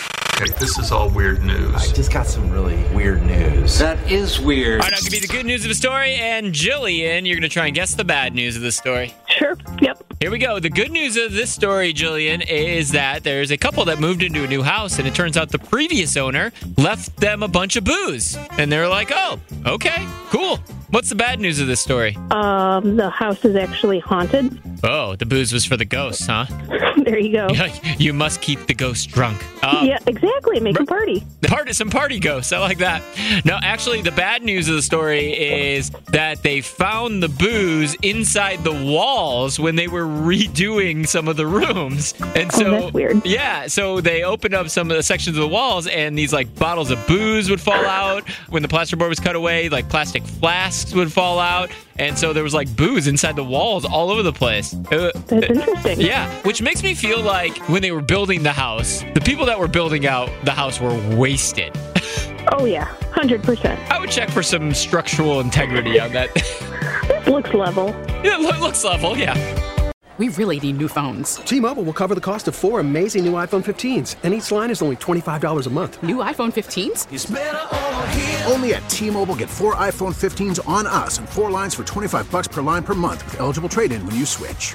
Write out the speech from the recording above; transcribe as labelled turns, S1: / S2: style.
S1: Okay, this is all weird news.
S2: Just got some really weird news.
S3: That is weird.
S4: All right, I'll give you the good news of the story, and Jillian, you're going to try and guess the bad news of the story.
S5: Sure. Yep.
S4: Here we go. The good news of this story, Jillian, is that there's a couple that moved into a new house, and it turns out the previous owner left them a bunch of booze. And they're like, oh, okay, cool. What's the bad news of this story?
S5: Um, the house is actually haunted.
S4: Oh, the booze was for the ghosts, huh?
S5: there you go.
S4: you must keep the ghost drunk. Um,
S5: Oh. yeah, exactly. Make them party.
S4: Part some party ghosts. I like that. No, actually, the bad news of the story is that they found the booze inside the walls when they were redoing some of the rooms, and
S5: Oh,
S4: so
S5: that's weird.
S4: Yeah, so they opened up some of the sections of the walls, and these like bottles of booze would fall out when the plasterboard was cut away. Like plastic flasks would fall out, and so there was like booze inside the walls all over the place. Uh,
S5: That's interesting.
S4: yeah, which makes me feel like when they were building the house, the people that were building out the house were wasted.
S5: Oh yeah, hundred percent.
S4: I would check for some structural integrity on that.
S5: This looks level.
S4: yeah, lo- looks level, yeah.
S6: We really need new phones.
S7: T-Mobile will cover the cost of four amazing new iPhone 15s, and each line is only $25 a month.
S6: New iPhone 15s?
S8: Only at T-Mobile, get four iPhone 15s on us and four lines for 25 bucks per line per month with eligible trade-in when you switch.